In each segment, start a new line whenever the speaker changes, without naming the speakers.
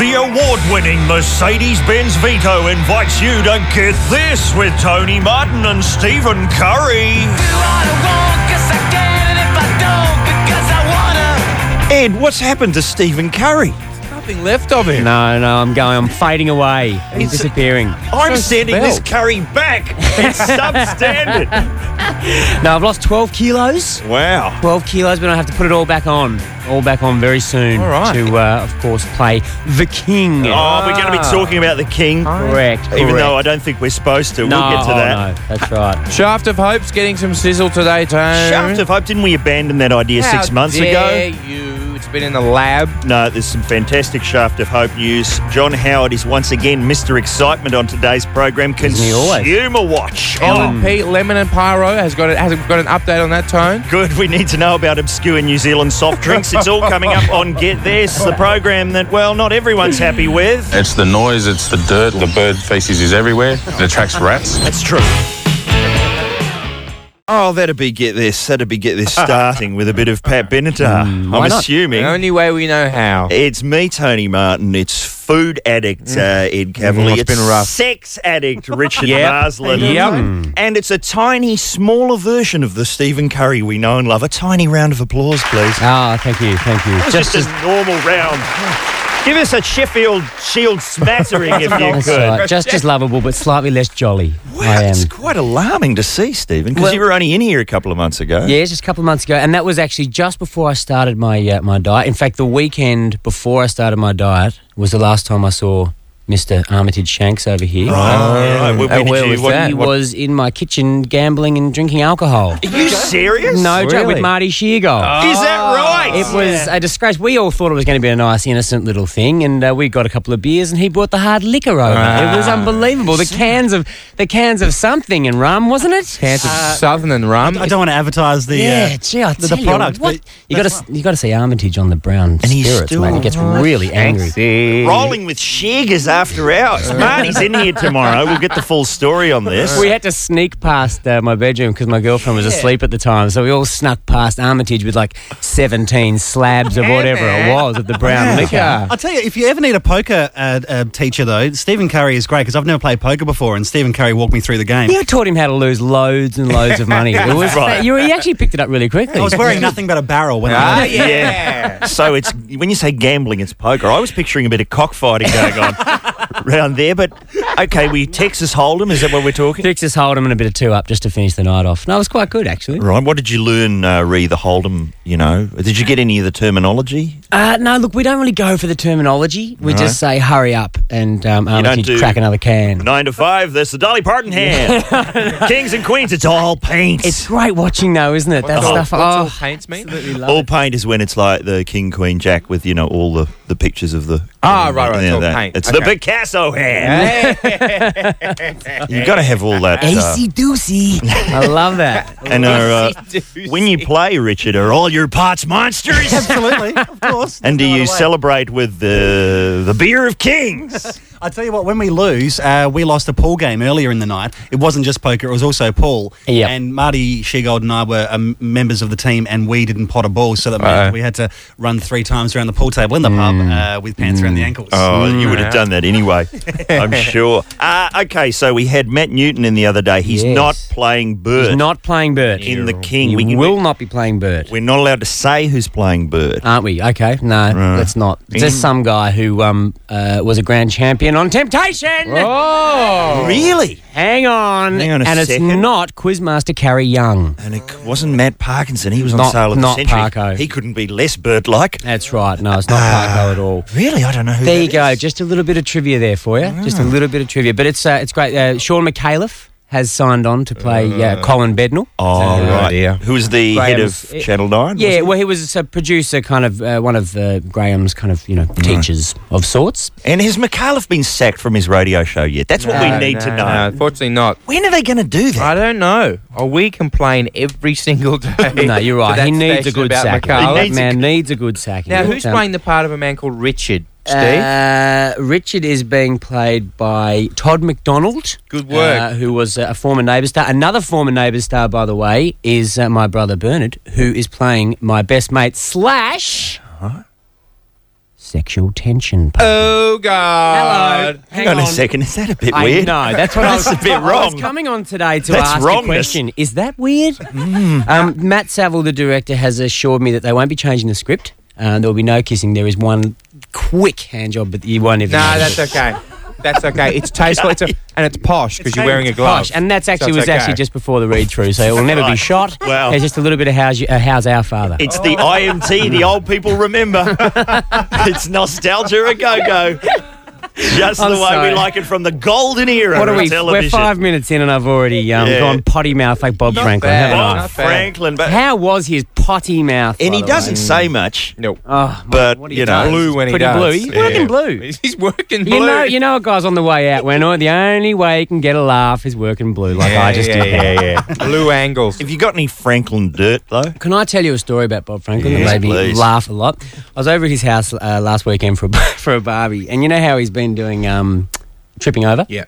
The award winning Mercedes Benz Vito invites you to get this with Tony Martin and Stephen Curry.
Ed, what's happened to Stephen Curry?
Nothing left of him.
No, no, I'm going. I'm fading away. He's disappearing.
I'm sending this
spelled.
curry back. It's substandard.
No, I've lost 12 kilos.
Wow.
12 kilos, but I have to put it all back on. All back on very soon.
All right.
To, uh, of course, play the king.
Oh, we're going to be talking about the king.
Correct.
Even
correct.
though I don't think we're supposed to.
no,
we'll get to
oh,
that.
no, that's right.
Shaft of Hope's getting some sizzle today, Tone.
Shaft of Hope, didn't we abandon that idea
How
six months
dare
ago?
you? It's been in the lab.
No, there's some fantastic Shaft of Hope news. John Howard is once again Mr. Excitement on today's program.
he always?
Consumer Watch. Oh,
Ellen Pete Lemon and Pyro has got it. Has got an update on that, Tone.
Good. We need to know about obscure New Zealand soft drinks. It's all coming up on Get This, the program that, well, not everyone's happy with.
It's the noise, it's the dirt, the bird feces is everywhere. It attracts rats.
That's true.
Oh, that'd be get this. That'd be get this.
Starting with a bit of Pat Benatar.
Mm, why
I'm
not?
assuming.
The only way we know how.
It's me, Tony Martin. It's food addict uh, Ed Cavalier.
it's been rough.
Sex addict Richard Marsland.
Yep.
And it's a tiny, smaller version of the Stephen Curry we know and love. A tiny round of applause, please.
Ah, thank you, thank you.
It's just, a normal round. Give us a Sheffield Shield smattering if you
That's
could.
right. Just as lovable, but slightly less jolly.
Wow,
I am.
it's quite alarming to see, Stephen, because
Well-
you were only in here a couple of months ago.
Yeah, just a couple of months ago, and that was actually just before I started my uh, my diet. In fact, the weekend before I started my diet was the last time I saw Mister Armitage Shanks over here.
Right, well,
Oh,
when did
where
you-
was
what-
that?
He was in my kitchen gambling and drinking alcohol.
Are you serious?
No joke with
Really?
Marty Sheargold.
Is that right?
It was a disgrace. We all thought it was going to be a nice, innocent little thing, and uh, we got a couple of beers, and he brought the hard liquor over. It was unbelievable. The cans of the cans of something and rum, wasn't it?
Cans of
Uh,
Southern and rum.
I don't want to advertise the
Yeah,
uh,
gee, I
the,
tell
the product.
You, what?
but
you got to you got to see Armitage on the brown
he's
spirits,
still
mate. He gets really angry.
Fancy.
Rolling with Shaggers after hours. Marty's in here tomorrow. We'll get the full story on this.
Uh. We had to sneak past uh, my bedroom because my girlfriend was asleep at the time, so we all snuck past Armitage with like seventeen slabs of whatever it was of the brown liquor.
I'll tell you, if you ever need a poker uh, uh, teacher, though, Stephen Curry is great because I've never played poker before, and Stephen Curry walked me through the game.
You taught him how to lose loads and loads of money. It was
Right.
you, he actually picked it up really quickly.
I was wearing nothing but a barrel when I
Ah,
left.
yeah.
So it's when you say gambling, it's poker. I was picturing a bit of cockfighting going on around there, but okay, we Texas Hold'em. Is that what we're talking?
Texas Hold'em and a bit of two up just to finish the night off. No, it was quite good actually.
Right. What did you learn, uh, re the Hold'em? You know, did you get any of the terminology?
Uh, no, look, we don't really go for the terminology. We just say hurry up and um, Armitage
do-
crack another can.
Nine to five. That's the Dolly Parton hand. Kings and queens. It's all paint.
It's great watching though, isn't it? That
What's all-
stuff.
what's all
oh,
paints mean?
all paint is when it's like the King Queen Jack with you know all the, the pictures of the
Ah, right, right, it's all paint.
It's the
Okay.
Picasso hand. You've got to have all that. uh,
AC Doocy. Oh, I love that.
and our, uh, when you play, Richard, are all your pots monsters?
Absolutely, of course.
And do
There's no
you
other way.
celebrate with the the beer of kings?
I tell you what, when we lose, uh, we lost a pool game earlier in the night. It wasn't just poker; it was also pool.
Yep.
And Marty Shegold and I were um, members of the team, and we didn't pot a ball, so that
Uh.
meant we had to run three times around the pool table in the pub uh, with pants around the ankles.
Mm. Oh, you would have done that anyway, I'm sure. Uh, okay, so we had Matt Newton in the other day. He's
Yes.
not playing Bert
He's not playing Bert.
in the King.
You
We,
will not be playing Bert.
We're not allowed to say who's playing Bert.
Aren't we? Okay, no, that's not. It's Just some guy who um, uh, was a grand champion on Temptation.
Oh.
really?
Hang on,
Hang on a
and it's
second.
not Quizmaster Carrie Young.
And it wasn't Matt Parkinson. He was on
Not-
sale of the
not
century.
Parko.
He couldn't be less Bert-like.
That's right. No, it's not Parko at all.
Really, I don't know who.
There
that
you go.
is.
Just a little bit of trivia there for you. Just
Ah.
a little bit of trivia, but it's uh, it's great. Uh, Sean McAuliffe has signed on to play uh, Colin Bednall.
Oh,
Oh,
right.
dear.
Who was the head
Graham's-
of Channel Nine?
Yeah,
wasn't
well, he was a producer, kind of uh, one of uh, Graham's kind of you know teachers of sorts.
he? And has McAuliffe been sacked from his radio show yet? That's what we need to know.
No, unfortunately not.
When are they going to do that?
I don't know. Oh, we complain every single day.
No, you're right.
to that
He needs a
station
good
about
sack.
Macau.
that man needs a good sack.
Now,
Yeah.
who's
Um,
playing the part of a man called Richard? Steve.
Uh, Richard is being played by Todd McDonald.
Good work.
Uh, who was uh, a former Neighbour star. Another former Neighbour star, by the way, is uh, my brother Bernard, who is playing my best mate slash sexual tension. Pogo.
Oh, God.
Hello.
Hang on, a second. Is that a bit
I
weird?
know. That's what I was,
That's a bit
I was
wrong.
coming on today to
That's
ask a
wrongness.
question. Is that weird? Um, Matt Saville, the director, has assured me that they won't be changing the script. Uh, there will be no kissing. There is one quick hand job, but you won't even.
No,
notice
that's okay. That's okay. It's tasteful. It's a, and it's posh because you're wearing a glove.
Gosh, and that's
So
actually
it's
was actually
okay.
just before the read through, so it will never be
Right.
shot.
Wow.
There's just a little bit of how's, you, uh, how's our father.
It's the IMT the old people remember. it's nostalgia a go go. Just
I'm
the way
sorry.
we like it from the golden era
what
of
are we?
television.
We're five minutes in, and I've already um,
Yeah.
gone potty mouth like Bob
Not
Franklin.
bad.
haven't I?
Bob
Not bad.
Franklin, but
How was his potty mouth?
And
by
he
the
doesn't
way?
say much.
no.
Oh, my-
But,
what he
you know,
does.
Blue when he
Pretty
does.
blue. He's working blue.
He's working blue.
You know, you know, a guy's on the way out when the only way he can get a laugh is working blue, like
yeah,
I just
yeah,
did. there.
yeah, yeah. blue angles.
Have you got any Franklin dirt, though?
Can I tell you a story about Bob Franklin
Yes,
that made me
please.
laugh a lot? I was over at his house uh, last weekend for a, for a barbie, and you know how he's been doing um, tripping over,
Yeah.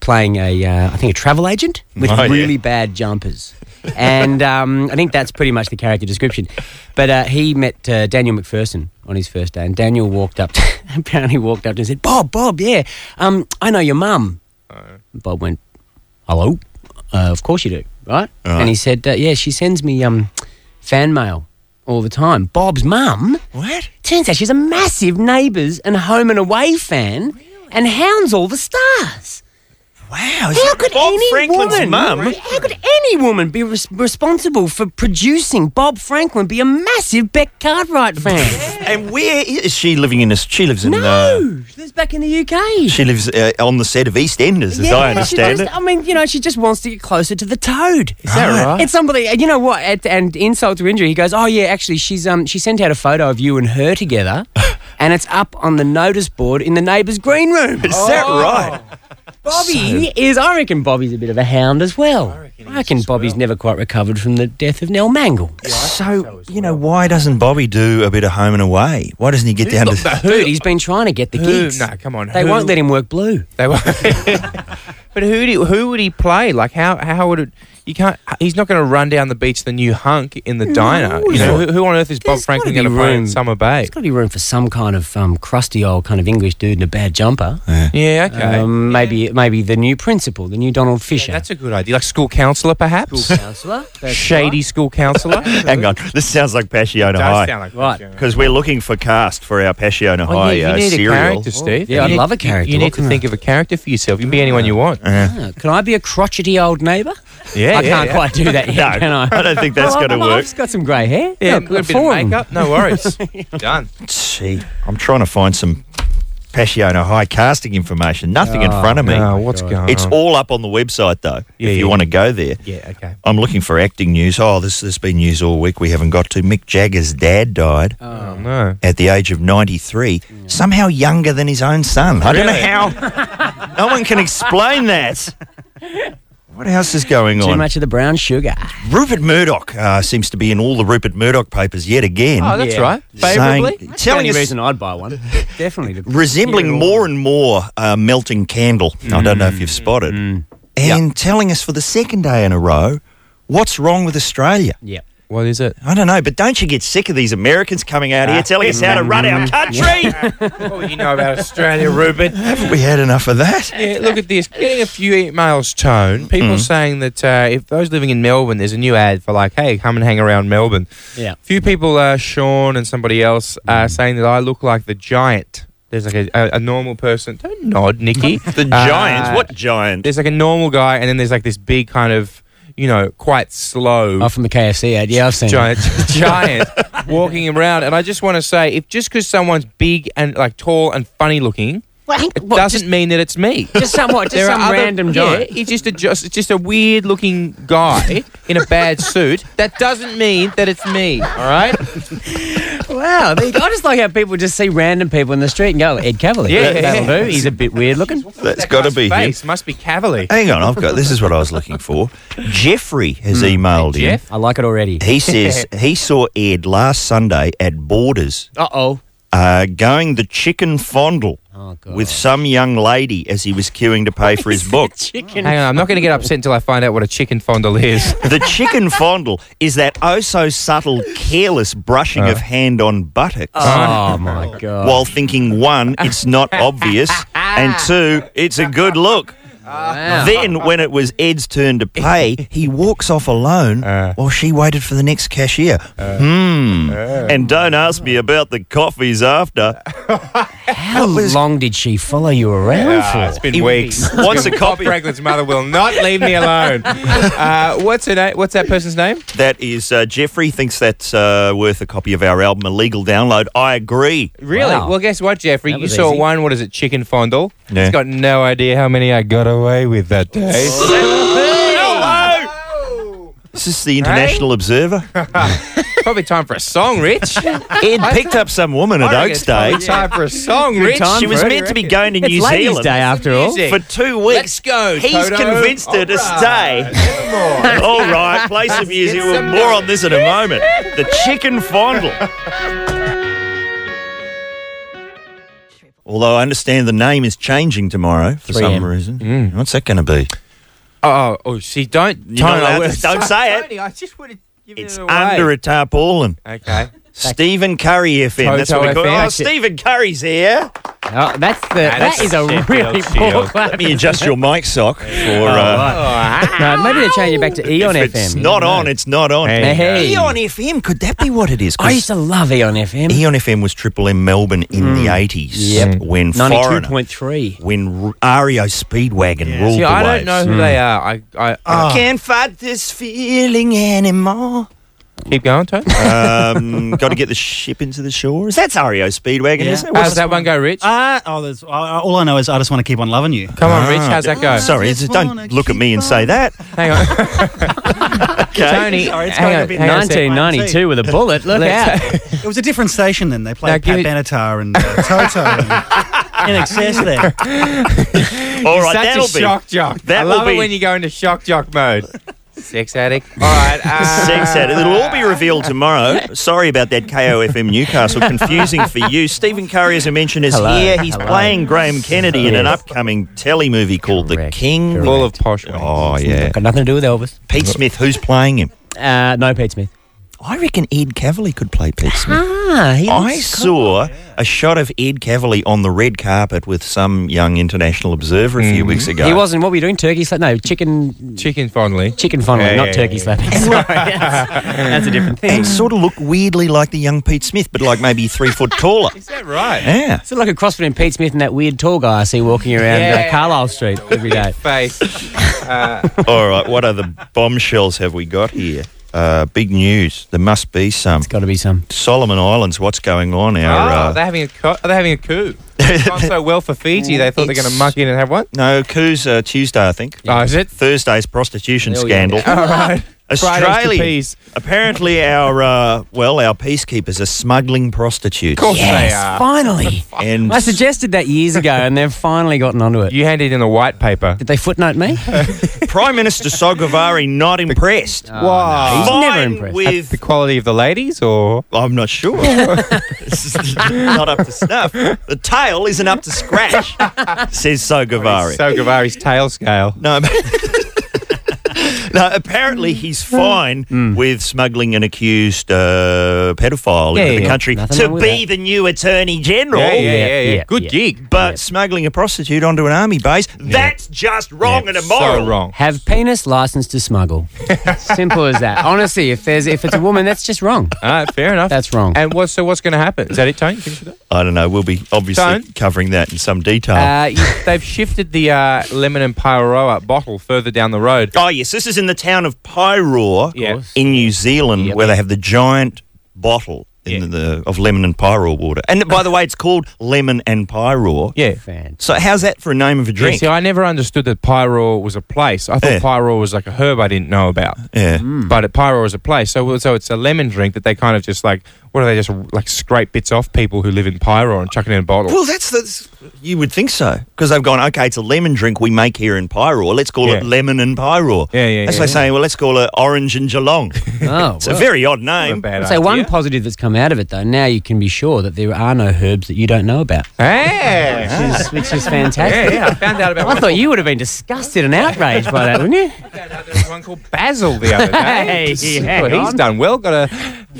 playing a uh, I think a travel agent with
Oh, yeah.
really bad jumpers, and um, I think that's pretty much the character description. But uh, he met uh, Daniel McPherson on his first day, and Daniel walked up, apparently walked up and said, "Bob, Bob, yeah, um, I know your mum."
Oh.
Bob went, "Hello, uh, of course you do, right?" And he said, uh, "Yeah, she sends me um, fan mail all the time. Bob's mum.
What?
Turns out she's a massive Neighbours and Home and Away fan, and hounds all the stars.
Wow. Is
How
that
could
Bob
any
Franklin's
woman,
mum?
how could any woman be res- responsible for producing Bob Franklin be a massive Beck Cartwright fan?
And where is she living in? A, she lives in. Uh,
no, she's back in the UK.
she lives uh, on the set of EastEnders, as I
she
understand
just-
it.
I mean, you know, she just wants to get closer to the toad. Is
that right?
It's unbelievable. And You know what? At, and insult to injury, he goes, "Oh yeah, actually, she's um, she sent out a photo of you and her together, and it's up on the notice board in the neighbour's green room." Oh,
Is that right?
Bobby is. I reckon Bobby's a bit of a hound as well. I reckon, Bobby's never quite recovered from the death of Nell Mangle.
So, you know, why doesn't Bobby do a bit of home and away? Why doesn't he get down to.
Dude, he's been trying to get the
Who?
gigs.
No, come on.
They
who-
won't let him work blue.
They won't. but who do, who would he play? Like how how would it? You can't. He's not going to run down the beach the new hunk in the diner. You know who, who on earth is Bob
There's
Franklin
gotta
going
be
to play
room.
in Summer Bay?
There's got to be room for some kind of um, crusty old kind of English dude in a bad jumper.
Yeah, okay.
Um, maybe maybe the new principal, the new Donald Fisher.
That's a good idea. Like school counselor, perhaps.
counselor.
Shady school counselor.
hang on. This sounds like Passion
Does
High.
sound like
Right.
that, yeah.
Because we're looking for cast for our Passion
Oh,
High
yeah, you
uh,
need
serial.
a character, Steve.
Yeah, I'd
You need-
love a
you-
character.
You
What
need to
can
think
I-
of a character for yourself. You can be anyone you want.
Can I be a crotchety old neighbour?
Yeah,
I
yeah,
can't
yeah.
quite do that yet,
No,
can I?
I don't think that's
Well,
going to
I'm- I've
work.
just got some grey hair.
Yeah, a
Look,
little bit of
foreign.
makeup. No worries. Done.
Gee, I'm trying to find some Passion High casting information. Nothing in front of me.
Oh, what's going
It's
on?
all up on the website, though,
Yeah,
if you
yeah.
want to go there.
Yeah, okay.
I'm looking for acting news. Oh, this there's been news all week. We haven't got to. Mick Jagger's dad died
Oh, Mm. no.
at the age of 93, somehow younger than his own son. I don't know how. no one can explain that. What else is going
Too
on?
much of the brown sugar.
Rupert Murdoch uh, seems to be in all the Rupert Murdoch papers yet again.
Oh, that's
Yeah.
right. Favorably?
Saying,
That's the
telling
only
us,
reason I'd buy one. Definitely. to-
resembling more and more a melting candle. I don't know if
Mm,
you've spotted. And telling us for the second day in a row what's wrong with Australia.
Yeah.
What is it?
I don't know, but don't you get sick of these Americans coming out
Ah.
here telling us how to run
Mm.
our country?
What do you know about Australia, Rupert?
Haven't we had enough of that?
Yeah, look at this. Getting a few emails, Tone. People saying that uh, if those living in Melbourne, there's a new ad for like, hey, come and hang around Melbourne.
Yeah.
Few people, uh, Sean and somebody else, uh, saying that I look like the giant. There's like a, a, a normal person. Don't nod, Nikki.
The
Giants? What
giant?
there's like a normal guy, and then there's like this big kind of, you know, quite slow
Oh, from the KFC ad. Yeah, I've seen it.
giant giant walking around. And I just want to say, if just because someone's big and like tall and funny looking,
Well, hang-
it
what,
doesn't mean that it's me.
Just somewhat. Just
There
some
are other-
random giant.
Yeah, he's just a just, it's just a weird looking guy in a bad suit. That doesn't mean that it's me. All right.
Wow, there you go. I just like how people just see random people in the street and go, Ed Cavalier.
Yeah, yeah,
that'll
yeah.
do. He's a bit weird looking.
That's got to be him.
Face must be Cavalier.
Hang on, I've got this is what I was looking for. Jeffrey has emailed in.
Hmm. Jeff?
I like it already.
He says he saw Ed last Sunday at Borders
Uh oh.
uh, going the chicken fondle
Oh, God.
with some young lady as he was queuing to pay for his book.
Chicken.
Hang on, I'm not going to get upset until I find out what a chicken fondle is.
The chicken fondle is that oh so subtle, careless brushing of hand on buttocks.
Oh, my God.
While thinking, one, it's not obvious, and two, it's a good look.
Wow.
Then, when it was Ed's turn to pay, he walks off alone while she waited for the next cashier. hmm. and don't ask me about the coffees after.
How long did she follow you around for?
it's been weeks.
Wants a
Bob
copy.
Franklin's mother will not leave me alone. Uh, what's her name? What's that person's name?
That is, uh, Jeffrey thinks that's uh, worth a copy of our album, a legal download. I agree.
Really?
Wow.
Well, guess what, Jeffrey?
That
You
was
saw
easy.
one. What is it? Chicken fondle.
Yeah.
He's got no idea how many I got away with that day.
Is this the International Observer?
Probably time for a song, Rich. I
Ed picked up some woman at
reckon
Oaks
it's
Day.
probably Time for a song, Rich.
She was
What
meant
do you
to be
reckon?
going to New
It's Ladies'
Zealand.
Day after all.
Music.
for two weeks.
Let's go,
He's
Toto.
convinced her to
All
stay. All right, play some music. We'll more on this in a moment. The chicken fondle. Although I understand the name is changing tomorrow for
3
some
M.
reason. What's that going to be?
Oh, oh, see, don't.
You're not allowed to- don't say it.
Tony, I just would have given
It's
it away.
under a tarpaulin.
Okay.
Stephen Curry FM. That's what we
Toto
call it.
FM.
Oh, Stephen Curry's here.
Oh, that's the,
that's
that is a
Sheffield
really poor
Shield.
clap.
Let me adjust your mic sock for.
Oh,
Uh,
No, maybe they change it back to Eon
if
FM.
it's not on, it's not on.
Hey.
Hey.
Eon FM, could that be what it is? 'Cause
I used to love Eon FM.
Eon FM was Triple M Melbourne in the
Hmm.
80s
Yep.
when Foreigner,
92.3
when R- REO Speedwagon ruled
See,
the
I
waves.
don't know Ah. who they are. I, I, I
I can't fight this feeling anymore.
keep going, Tony.
Um, got to get the ship into the shores. That's REO Speedwagon,
Yeah.
isn't it?
How's that one go, Rich?
Uh, oh, there's, uh, all I know is I just want to keep on loving you.
Come on, Rich. How's that go?
Oh, Sorry,
Just
just don't
wanna
look at me and
keep
say that.
Hang on.
Okay.
Tony,
Sorry, it's
hang
going a
on,
bit
hang on a sec.
1992 with a bullet. Look out.
Let's-
It was a different station then. They played
Now
Pat
give
Benatar and uh, Toto and in excess there.
All right,
Such
that'll
a
be
shock jock.
that
I
will
love
be-
it when you go into shock jock mode. Sex addict. All right. Uh,
Sex at it. It'll all be revealed tomorrow. Sorry about that KOFM Newcastle. Confusing for you. Stephen Curry, as I mentioned, is
Hello,
here. He's
hello.
playing Graham Kennedy in an upcoming telly movie called
Correct,
The King.
correct.
Full of posh. Oh.
Oh, yeah.
Got nothing to do with Elvis.
Pete Smith, who's playing him?
Uh, no, Pete Smith.
I reckon Ed Cavalier could play Pete Smith.
Ah, he
I saw a shot of Ed Cavalier on the red carpet with some young international observer a few
Mm-hmm.
weeks ago.
He wasn't. What were you doing? Turkey slap? No, chicken.
Chicken fondly.
Chicken fondling,
Yeah,
not
yeah,
turkey
yeah.
slapping. Sorry, that's, that's a different thing.
And sort of looked weirdly like the young Pete Smith, but like maybe three foot taller.
Is that right?
Yeah.
It's like a cross between Pete Smith and that weird tall guy I see walking around
Yeah.
uh, Carlisle Street every day.
Face.
All right, what other bombshells have we got here? Uh, big news. There must be some.
It's got to be some.
Solomon Islands, what's going on? Our,
Oh,
uh,
they're having a co- are they having a coup? It's gone so well for Fiji, they thought they're going to muck in and have one.
no, coups uh, Tuesday, I think.
Oh, is it?
Thursday's prostitution
Oh, yeah.
scandal.
All right. Fridays to
Australia.
peas.
Apparently, our uh, well, our peacekeepers are smuggling prostitutes.
course.
Yes,
They are.
finally.
And
I suggested that years ago, and they've finally gotten onto it.
You handed in a white paper.
Did they footnote me?
Prime Minister Sogavari not impressed.
Oh, Wow.
He's never
Fine
impressed.
With
The quality of the ladies, or
I'm not sure. This is not up to snuff. The tail isn't up to scratch, says Sogavari.
so Gavari's tail scale.
No. no, apparently he's fine with smuggling an accused uh, pedophile
Yeah,
into
yeah,
the
yeah.
country
Nothing
to
wrong with
be the new Attorney General.
Yeah, yeah, yeah, yeah.
yeah,
Good
yeah.
gig.
But smuggling a prostitute onto an army base, that's just wrong and immoral.
So wrong.
Have penis license to smuggle. Simple as that. Honestly, if there's if it's a woman, that's just wrong.
All right, fair enough.
That's wrong.
And what, so what's going to happen? Is that it, Tony? You finished with that?
I don't know. We'll be obviously
Don't.
covering that in some detail.
Uh, you- they've shifted the uh, lemon and pyroa bottle further down the road.
oh, yes. This is in the town of Pyroar
Yeah. course.
in New Zealand where they have the giant bottle. In
Yeah.
the, of lemon and pyroar water. And by the way, it's called lemon and pyroar.
Yeah.
Fan.
So how's that for a name of a
Yeah,
drink?
see, I never understood that pyroa was a place. I thought
Yeah.
pyroa was like a herb I didn't know about.
Yeah.
Mm.
But it, pyroa is a place. So, so it's a lemon drink that they kind of just like What do they just like scrape bits off people who live in Pyro and chuck it in a bottle?
Well, that's that's you would think so because they've gone okay. It's a lemon drink we make here in Pyro. Let's call it
Yeah.
lemon and Pyro.
Yeah, yeah,
That's
yeah,
like
yeah.
saying well, let's call it orange and Geelong.
Oh,
it's a very odd name.
Not a bad
I'd say one
idea.
positive that's come out of it, though, now you can be sure that there are no herbs that you don't know about,
Hey,
which
Ah.
is, which is
yeah,
fantastic.
yeah. I found out about.
I
one
thought you would have been disgusted and outraged by that, wouldn't you?
found out there was one called Basil the other day.
Hey,
Just-
hang
well, he's
on.
done well. Got a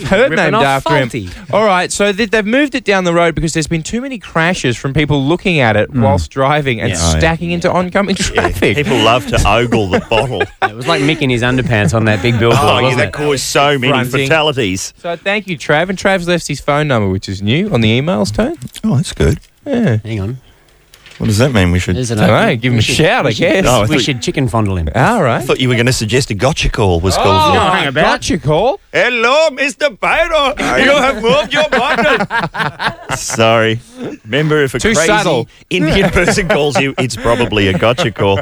herd
Ripping
named
off
after
Faulty.
him. All right, so th- they've moved it down the road because there's been too many crashes from people looking at
Hmm.
it whilst driving and
Oh,
stacking into oncoming traffic.
People love to ogle the bottle.
It was like Mick in his underpants on that big billboard,
Oh, yeah,
wasn't
that caused so many
Fronting.
fatalities.
So thank you, Trav. And Trav's left his phone number, which is new, on the emails, Tone.
Oh, that's good.
it? Hang on.
What does that mean? We should.
There's an
I don't know,
opening.
give him
We
a
should-
shout, I
we should-
guess.
Oh, I
we
thought-
should chicken fondle him.
All
I
right.
thought you were going to suggest a gotcha call was called. for.
hang about.
Gotcha call.
Hello, Mr. Pyro. You have moved your bottle. Sorry. Remember, if a
Too
crazy
subtle.
Indian person calls you, it's probably a gotcha call.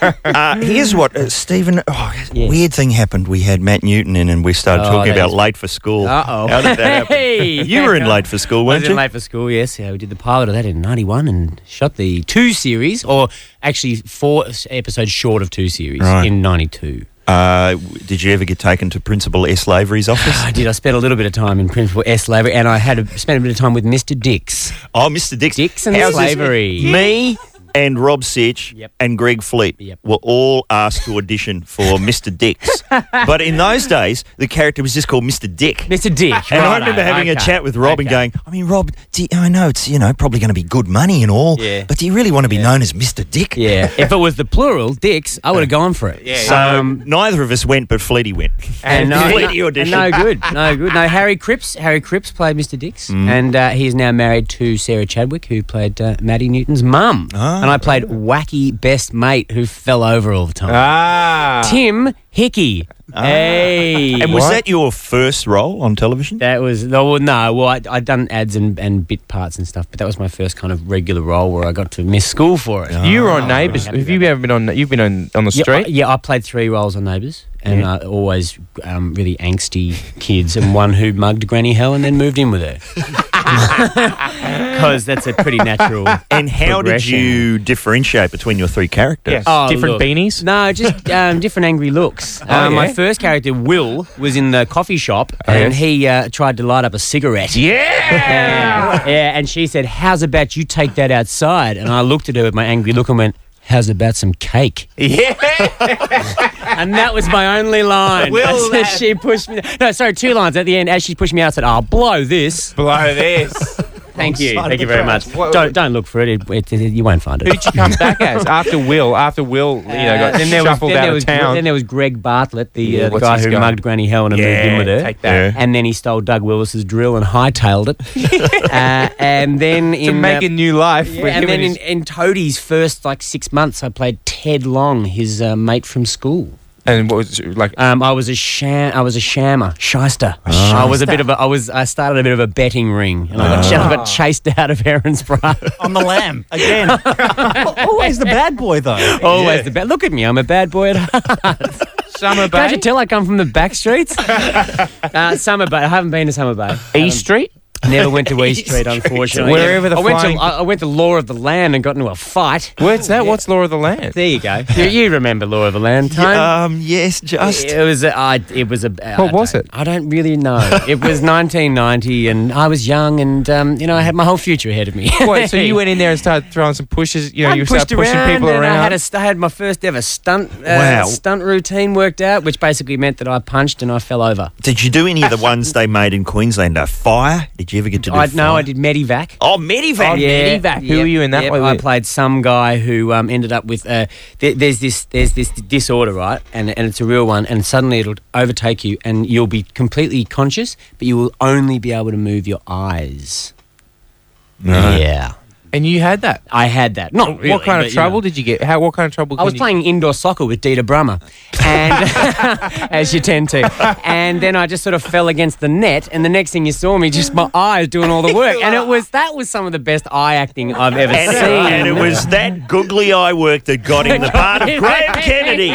Uh, here's what, uh, Stephen. Oh,
Yes.
Weird thing happened. We had Matt Newton in, and we started
Oh,
talking
that
about
is-
late for school.
Uh-oh.
How did that happen?
Hey,
you were in late for school,
I was
weren't
in
you?
late for school, yes. Yeah, we did the pilot of that in 91 and shot the two series, or actually four s- episodes short of two series
Right.
in 92.
Uh, w- did you ever get taken to Principal S. Lavery's office?
I did. I spent a little bit of time in Principal S. Slavery, and I had a, spent a bit of time with Mr. Dix.
Oh, Mr. Dix.
Dix and
How's this?
Slavery.
Me and Rob Sitch
Yep.
and Greg Fleet
Yep.
were all asked to audition for Mr. Dix. but in those days, the character was just called Mr. Dick.
Mr. Dick.
And I
righto,
remember having a
okay,
chat with Rob and
okay.
going, I mean, Rob, do you- I know it's, you know, probably going to be good money and all,
Yeah.
but do you really want to be known as Mr. Dick?
Yeah, if it was the plural, Dicks, I would have gone for it. Yeah.
So neither of us went, but Fleety went.
Um, and no,
Fleety
no- and
auditioned.
no good, no good. No, Harry Cripps. Harry Cripps played Mr. Dix,
Mm.
and uh, he is now married to Sarah Chadwick, who played uh, Maddie Newton's mum.
Ah.
and I played wacky best mate who fell over all the time.
Ah.
Tim Hickey. Hey,
Ah. And was that your first role on television?
That was no, well, no. Well, I, I'd done ads and, and bit parts and stuff, but that was my first kind of regular role where I got to miss school for it.
You were on Neighbours. Have you ever been on? You've been on on the
Yeah, I,
street.
yeah, I played three roles on Neighbours, and uh, always um, really angsty kids, and one who mugged Granny Hell and then moved in with her. Because that's a pretty natural.
And how did
Progression.
you differentiate between your three characters?
Yes.
Oh,
Different
look.
beanies. Oh,
No, just um, different angry looks. Um, My
yeah? Oh,
first character, Will, was in the coffee shop, and
yes.
he uh, tried to light up a cigarette.
Yeah.
Yeah, yeah, and she said, "How's about you take that outside?" And I looked at her with my angry look and went, "How's about some cake?"
Yeah.
And that was my only line.
Will
As
that-
she pushed me. No, sorry, two lines at the end. As she pushed me out, I said, "I'll blow this."
Below this.
Thank you,
side of
thank you
the
very
tracks.
much.
What-
Don't don't look for it. It, it, it- You won't find it.
Who'd you come back as after Will? After Will, you know, got
Uh, then there was,
shuffled
then
out
there
of
was,
town.
Then there was Greg Bartlett, the,
Yeah,
uh, the
what's
guy
this
who
guy?
mugged Granny Helen and moved in with her.
take that.
And then he stole Doug Willis' drill and hightailed it. uh, and then
To
in uh,
make a new life.
yeah,
with him
and then
his-
in, in Toadie's first like six months, I played Ted Long, his uh, mate from school.
and what was it, like
Um, I was a sham. I was a shammer, shyster.
Ah.
I was a bit of a. I was. I started a bit of a betting ring, and
Ah.
I got, I got chased out of Erinsborough.
on the lamb again. Always the bad boy though.
Oh.
Always the bad. Look at me. I'm a bad boy at heart.
Summer
Can't you
Bay,
tell I come from the back streets? uh, Summer Bay. I haven't been to Summer Bay.
East Street.
Never went to East Street, unfortunately.
Wherever the
I went, to,
flying-
I, I went to Law of the Land and got into a fight.
Where's that? What's Law of the Land?
There you go. you, you remember Law of the Land, Tone?
Um, yes, just.
It was a, I, it was a.
What was it?
I don't really know. it was 1990, and I was young, and um, you know, I had my whole future ahead of me.
Wait, so you went in there and started throwing some pushes. You know,
I
you
pushed
started pushing people
and
around.
I had, a, st- I had my first ever stunt uh,
Wow.
stunt routine worked out, which basically meant that I punched and I fell over.
Did you do any of the ones they made in Queensland? Uh, fire? Did you ever get to do
I
fire?
know I did medivac.
Oh, Medivac.
Medivac. Who were you in that
yep,
one
I
with?
played some guy who um, ended up with uh, th- there's this there's this disorder, right? And and it's a real one. And suddenly it'll overtake you, and you'll be completely conscious, but you will only be able to move your eyes. Yeah.
And you had that.
I had that. Not really,
what kind
but,
of
you know.
trouble did you get? How? What kind of trouble?
I was
can you-
playing indoor soccer with Dita Brummer, and as you tend to, and then I just sort of fell against the net, and the next thing you saw me, just my eyes doing all the work, and it was that was some of the best eye acting I've ever
And,
seen.
and it was that googly eye work that got him the part of Graham Kennedy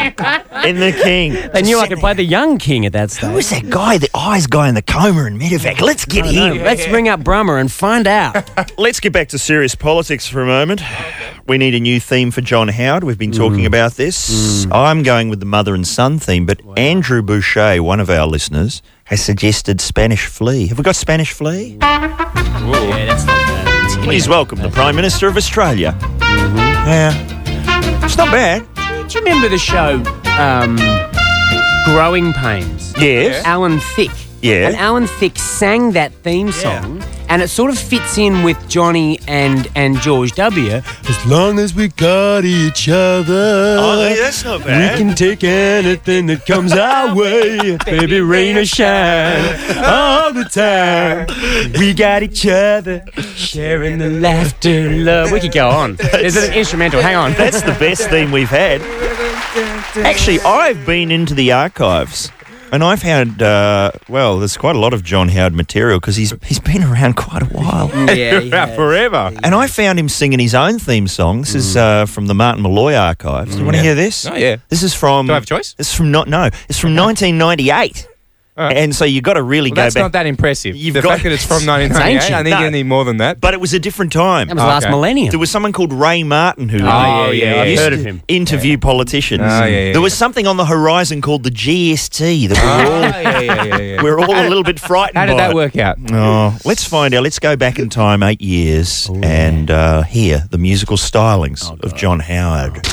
in The King.
They knew I could play the young king at that stage.
Who was that guy, the eyes guy in the coma in Medivac? Let's get
I know.
him.
Let's ring up Brummer and find out.
Let's get back to serious politics for a moment. We need a new theme for John Howard. We've been talking about this. I'm going with the mother and son theme, but Andrew Boucher, one of our listeners, has suggested Spanish Flea. Have we got Spanish Flea?
yeah, that's not bad.
Please welcome the Prime Minister of Australia.
Mm-hmm.
Yeah. It's not bad.
Do you remember the show um, Growing Pains?
Yes.
Alan Thicke.
Yeah.
And Alan Thicke sang that theme song, and it sort of fits in with Johnny and, and George W. As long as we got each other,
Uh,
Oh, that's not
we
bad.
can take anything that comes our way, baby, rain or shine, all the time. We got each other, sharing the laughter and love. We could go on. There's an instrumental. Hang on.
That's the best theme we've had. Actually, I've been into the archives. And I found, uh, well, there's quite a lot of John Howard material because he's, he's been around quite a while.
Yeah, he has.
forever. And I found him singing his own theme song. This is uh, from the Martin Malloy archives. Do you want to hear this?
Oh, Mm. yeah.
This is from.
Do I have a choice?
It's from not no. It's from 1998. And so you got to really
Well,
go
that's
back.
not that impressive.
You've
the
got-
fact that it's from 1998,
ancient.
I think
No.
you need more than that.
But it was a different time.
That was last
Okay.
millennium.
There was someone called Ray Martin who
yeah,
Oh, yeah,
used
I've heard
to
of him.
interview politicians.
Oh, yeah, yeah,
there was something on the horizon called the GST that
Oh, yeah, yeah, yeah, yeah.
we were all, we are all a little bit frightened
How did
by.
that work out?
Oh, let's find out. Let's go back in time eight years
Oh,
and uh, hear the musical stylings of John Howard.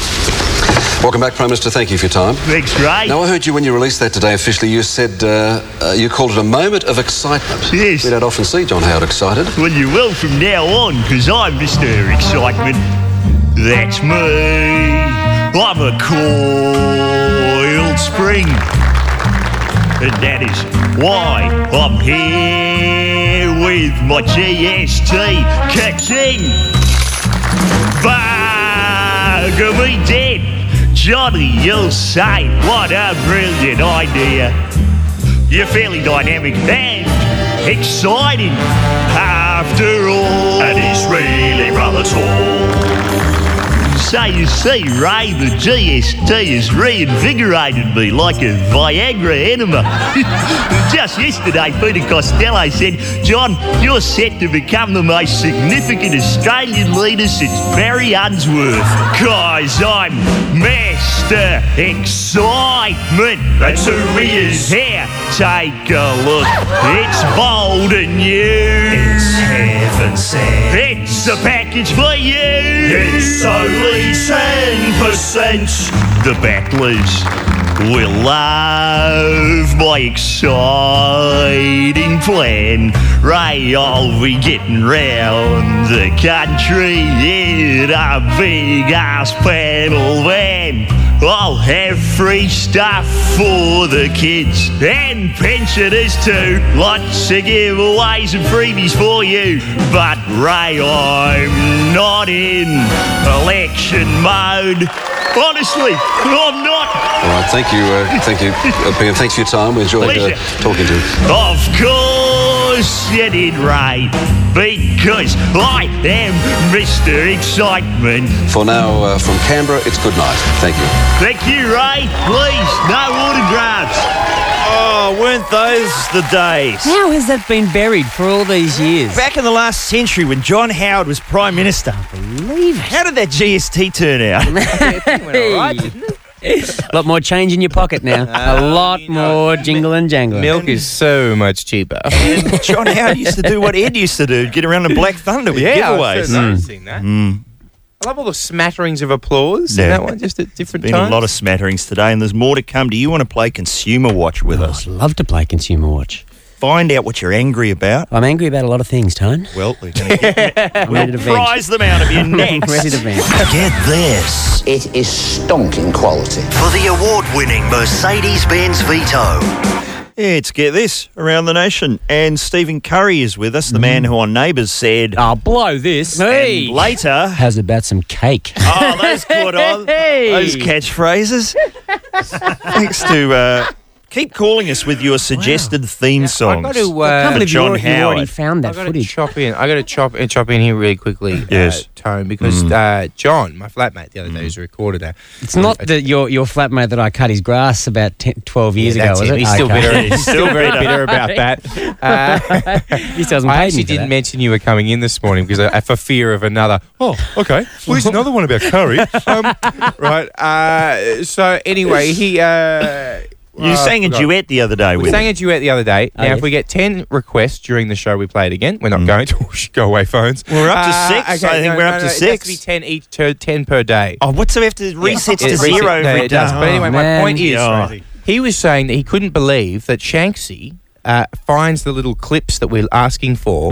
Welcome back, Prime Minister. Thank you for your time.
That's right.
Now, I heard you when you released that today officially. You said uh, uh, you called it a moment of excitement.
Yes.
We don't often see John Howard excited.
Well, you will from now on, because I'm Mr. Excitement. That's me. I'm a coiled spring. And that is why I'm here with my GST catching. Bugger me dead. Johnny, you'll say, what a brilliant idea. You're fairly dynamic and exciting after all. And it's really rather tall. So you see, Ray, the GST has reinvigorated me like a Viagra enema. Just yesterday, Peter Costello said, John, you're set to become the most significant Australian leader since Barry Unsworth. Guys, I'm Master Excitement. That's who he is. Here, take a look. It's bold and you. It's heaven sent. It's a package for you. It's only 10%. The Battlers will love my exciting plan. Right, I'll be getting round the country in a big ass panel van. I'll have free stuff for the kids and pensioners too. Lots of giveaways and freebies for you. But Ray, I'm not in election mode. Honestly, I'm not.
All right. Thank you. Uh, thank you, uh, PM. Thanks for your time. We enjoyed uh,
Pleasure.
talking to you.
Of course you did, Ray. Because I am Mr. Excitement.
For now, uh, from Canberra, it's good night. Thank you.
Thank you, Ray. Please, no autographs. Oh, weren't those the days?
How has that been buried for all these years?
Back in the last century when John Howard was Prime Minister.
Believe
How did that GST turn out?
A lot more change in your pocket now. a lot more jingle and jangle.
Milk is so much cheaper.
And John Howard used to do what Ed used to do get around to Black Thunder with
I
giveaways.
was noticing that. I love all the smatterings of applause
Yeah.
in that one, just at different
Been
times.
a lot of smatterings today, and there's more to come. Do you want to play Consumer Watch with us?
I'd love to play Consumer Watch.
Find out what you're angry about.
I'm angry about a lot of things, Tone.
Well, we're going to get
I'm ready to vent.
Prize them out of you
I'm
next.
ready to vent.
Get this. It is stonking quality. For the award winning Mercedes Benz Vito. It's get this around the nation, and Stephen Curry is with us, the
Mm.
man who on Neighbours said
I'll blow this. Hey.
and later.
How's about some cake?
Oh, those good on
Uh,
those catchphrases. Thanks to uh, keep calling us with your suggested theme songs.
got to, uh, I
can't
Uh,
believe you
John
already, you already
Howard.
found that
I've got to
footage.
chop in. I got to chop uh, chop in here really quickly.
Yes.
uh, Tone, because uh, John, my flatmate, the other day, who's a recorder now.
It's not that your your flatmate that I cut his grass about 10, 12 years
Yeah,
ago,
that's
was
him.
it?
He's still
Okay.
bitter. He's still very bitter about that. Uh,
he still hasn't paid
I
me
actually
for
didn't
that.
mention you were coming in this morning because I, for fear of another. Oh, okay. Well, here's another one about curry. Um, right. Uh, so anyway, he. Uh,
You sang a duet the other day
We
with
sang
him.
a duet the other day.
Oh,
now,
yes.
if we get 10 requests during the show, we play it again. We're not going to. Shh, Go away, phones.
Mm.
Uh,
We're up to six. I think we're up to
It has to be
six.
10 each, to, 10 per day.
Oh, what's the after resets
It
to
resets-
zero
no,
every
it does.
day.
But anyway,
man.
my point is,
Yeah.
he was saying that he couldn't believe that Shanksy uh, finds the little clips that we're asking for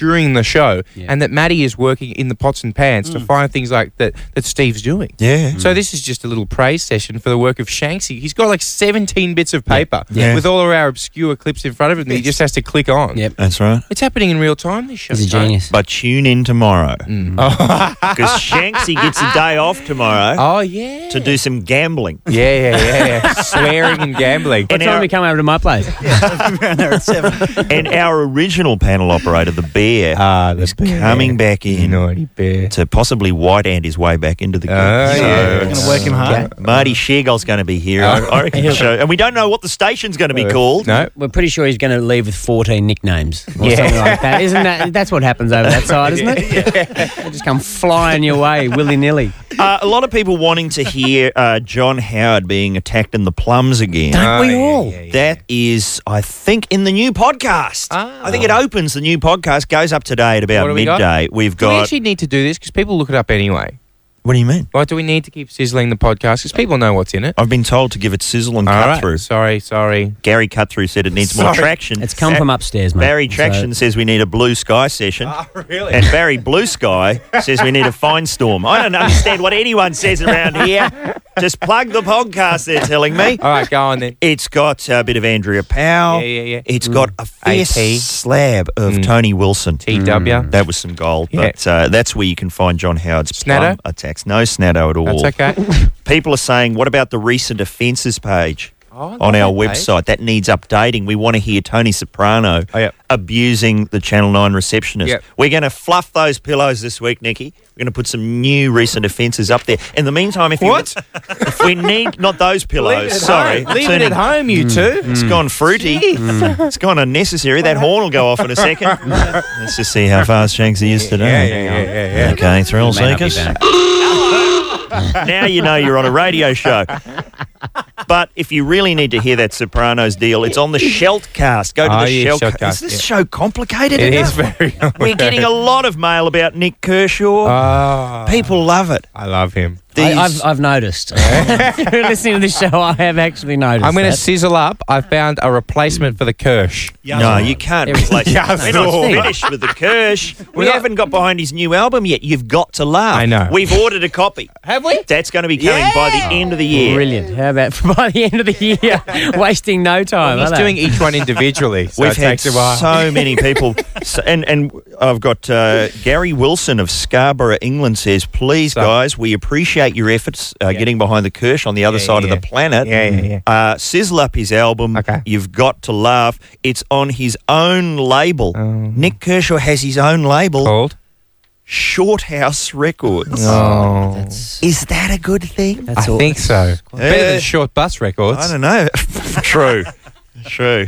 during the show,
Yeah.
and that Maddie is working in the pots and pans
Mm.
to find things like that that Steve's doing.
Yeah.
So this is just a little praise session for the work of Shanksy. He's got like 17 bits of paper
Yeah.
with all of our obscure clips in front of him that he just has to click on.
Yep.
That's right.
It's happening in real time. This show.
He's a
Tony.
genius.
But tune in tomorrow
Mm.
because Shanksy gets a day off tomorrow
Oh yeah.
to do some gambling.
Yeah, yeah, yeah. yeah. Swearing and gambling.
What time are you coming over to my place?
and our original panel operator, the bear,
Ah, the
is
bear.
coming back in
Naughty bear.
to possibly white ant his way back into the game.
Oh,
so
yeah.
it's-
Gonna work him hard.
Marty Sheargold's going to be here. I, I reckon the show, and we don't know what the station's going to be called.
Oh. Uh, No.
We're pretty sure he's going to leave with 14 nicknames or
Yeah.
something like that. Isn't that that's what happens over that side, isn't it? They just come flying your way willy nilly.
Uh, a lot of people wanting to hear uh, John Howard being attacked in the plums again.
Don't
Ah,
we all?
That is, I think, in the new podcast. I think it opens the new podcast, goes up today at
Ah. What
about
have we got?
midday. We've
Do we
got.
actually need to do this? Because people look it up anyway.
what do you mean?
Like, do we need to keep sizzling the podcast? Because people know what's in it.
I've been told to give it sizzle and
All
cut
right.
through.
Sorry, sorry.
Gary cut through said it needs more
Sorry.
traction.
It's come
Sa-
from upstairs, mate.
Barry
So-
Traction says we need a blue sky session.
Ah, really?
And Barry Blue Sky says we need a fine storm. I don't understand what anyone says around here. Just plug the podcast, they're telling me.
All right, go on then.
It's got a bit of Andrea Powell.
Yeah, yeah, Mm. yeah.
It's got a fierce
AP.
slab of Tony Wilson. Mm.
TW.
That was some gold,
Mm. Yeah.
but uh, that's where you can find John Howard's
Snatto?
plum attacks. No snatto at all.
That's okay.
People are saying, what about the recent offences page
Oh, I
on
like
our
that page.
website? That needs updating. We want to hear Tony Soprano
Oh, yeah.
abusing the Channel 9 receptionist.
Yeah.
We're going to fluff those pillows this week, Nikki. We're going to put some new recent offences up there. In the meantime, if,
What?
You, if we need, not those
Leave it
pillows,
at
sorry.
home. Leave it Mm.
Turning-
at home, you two.
It's gone fruity. Hmm. It's gone unnecessary. That horn will go off in a second. Let's just see how fast Shanksy is today.
yeah, yeah, yeah, yeah.
Okay, thrill
May not be
seekers.
back.
Now you know you're on a radio show. But if you really need to hear that Sopranos deal, it's on the Sheltcast. Go to
Oh,
the
yeah,
Sheltcast.
Sheltcast,
Is this
yeah.
show complicated
It
enough?
is very.
We're getting a lot of mail about Nick Kershaw.
Ah,
People love it.
I love him.
These-
I, I've, I've noticed. Through listening to the show, I have actually noticed.
I'm going to
that.
sizzle up. I found a replacement for the Kirsch.
no, you can't
It was-
replace
Yeah,
We're not
sure.
finished with the Kirsch. We
Yeah.
haven't got behind his new album yet. You've got to laugh.
I know.
We've ordered a copy.
Have we?
That's going to be coming by the end of the year.
Brilliant. How about by the end of the year, wasting no time?
He's
are they?
doing each one individually. So
We've
it
had
takes a while.
so many people, so, and and I've got uh, Gary Wilson of Scarborough, England, says, "Please, guys, we appreciate your efforts uh, getting behind the Kirsch on the other
Yeah,
side
yeah.
of the planet.
Yeah, yeah, yeah.
Uh, sizzle up his album.
Okay.
You've got to laugh. It's on his own label.
Oh.
Nick Kershaw has his own label,
Cold.
Shorthouse Records.
Oh.
Is that a good thing?
That's
I
all.
think so. Better
Yeah.
than short bus records.
Eh. I don't know. True. True.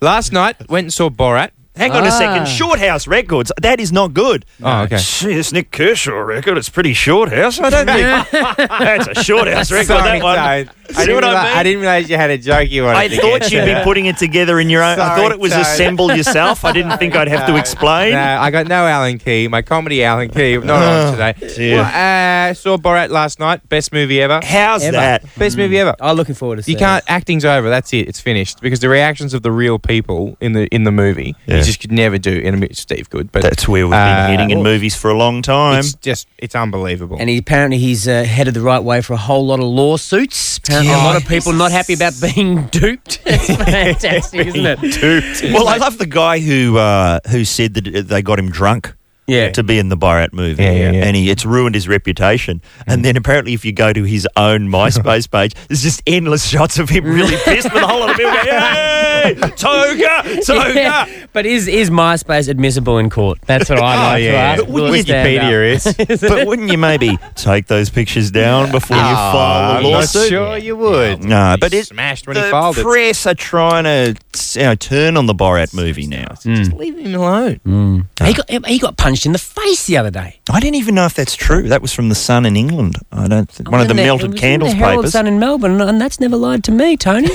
Last night, went and saw Borat.
Hang on a
Ah.
second. Shorthouse Records. That is not good.
Oh, okay.
Gee, this Nick Kershaw record, it's pretty Shorthouse. I don't think that's a Shorthouse record,
Sorry,
that one.
Tone.
See
I, didn't
what I
realize,
mean?
didn't realize you had a joke you wanted
I
to get
thought you'd
to.
be putting it together in your own. I
Sorry,
thought it was
Tone.
assemble yourself. I didn't think I'd have to
No,
explain.
No, I got no Alan Key. My comedy Alan Key, not on today.
Oh, dear.
Well, uh, saw Borat last night. Best movie ever.
How's
Ever.
that?
Best movie ever.
I'm looking forward to
You
seeing
can't. Acting's over. That's it. It's finished because the reactions of the real people in the in the movie.
Yeah.
You just could never do enemy Steve Good. But
That's where we've
uh,
been hitting in movies for a long time.
It's just it's unbelievable.
And he, apparently he's uh, headed the right way for a whole lot of lawsuits. Apparently a lot of people not happy about being duped. It's fantastic, isn't it?
Well, I love the guy who uh, who said that they got him drunk.
Yeah.
To be in the Borat movie.
Yeah, yeah, Mm. yeah.
And he, it's ruined his reputation. And then apparently, if you go to his own MySpace page, there's just endless shots of him really pissed with a whole lot of people going, Hey, Toga, Toga.
Yeah, But is is MySpace admissible in court? That's
Ah,
what
Oh,
I'd like to ask.
But
Will it stand up?
Wikipedia is.
But wouldn't you maybe take those pictures down before you file a
Ah, I'm not
lawsuit?
sure you would.
No, but
He
it
smashed when
the
he filed it.
press are trying to you know, turn on the Borat movie now.
Just leave him alone.
He got he got punched in the face the other day.
I didn't even know if that's true. That was from the Sun in England. I don't. Th- one of the
Oh, Wasn't it- it
melted
was in
candles
the Herald
papers.
Sun in Melbourne, and that's never lied to me, Tony.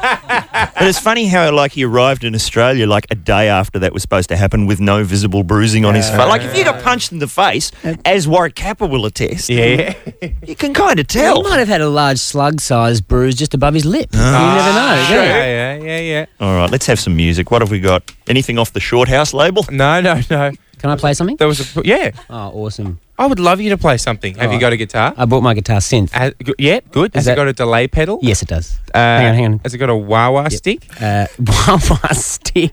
But it's funny how like he arrived in Australia like a day after that was supposed to happen with no visible bruising on his face. Like if you got punched in the face, as Warwick Kappa will attest,
Yeah.
you can kind of
he
tell.
might have had a large slug-sized bruise just above his lip. you never
Ah,
know. do you?
Yeah, yeah, yeah, yeah.
All right, let's have some music. What have we got? Anything off the Shorthouse label?
No, no, no.
Can I play something?
There was a yeah.
Oh, awesome!
I would love you to play something. Have you got a guitar?
I bought my guitar synth.
Uh, g- yeah, good. Has
Is
it
that-
got a delay pedal?
Yes, it does.
Uh,
hang on, hang on.
Has it got a wah wah stick?
Uh, Wawa stick.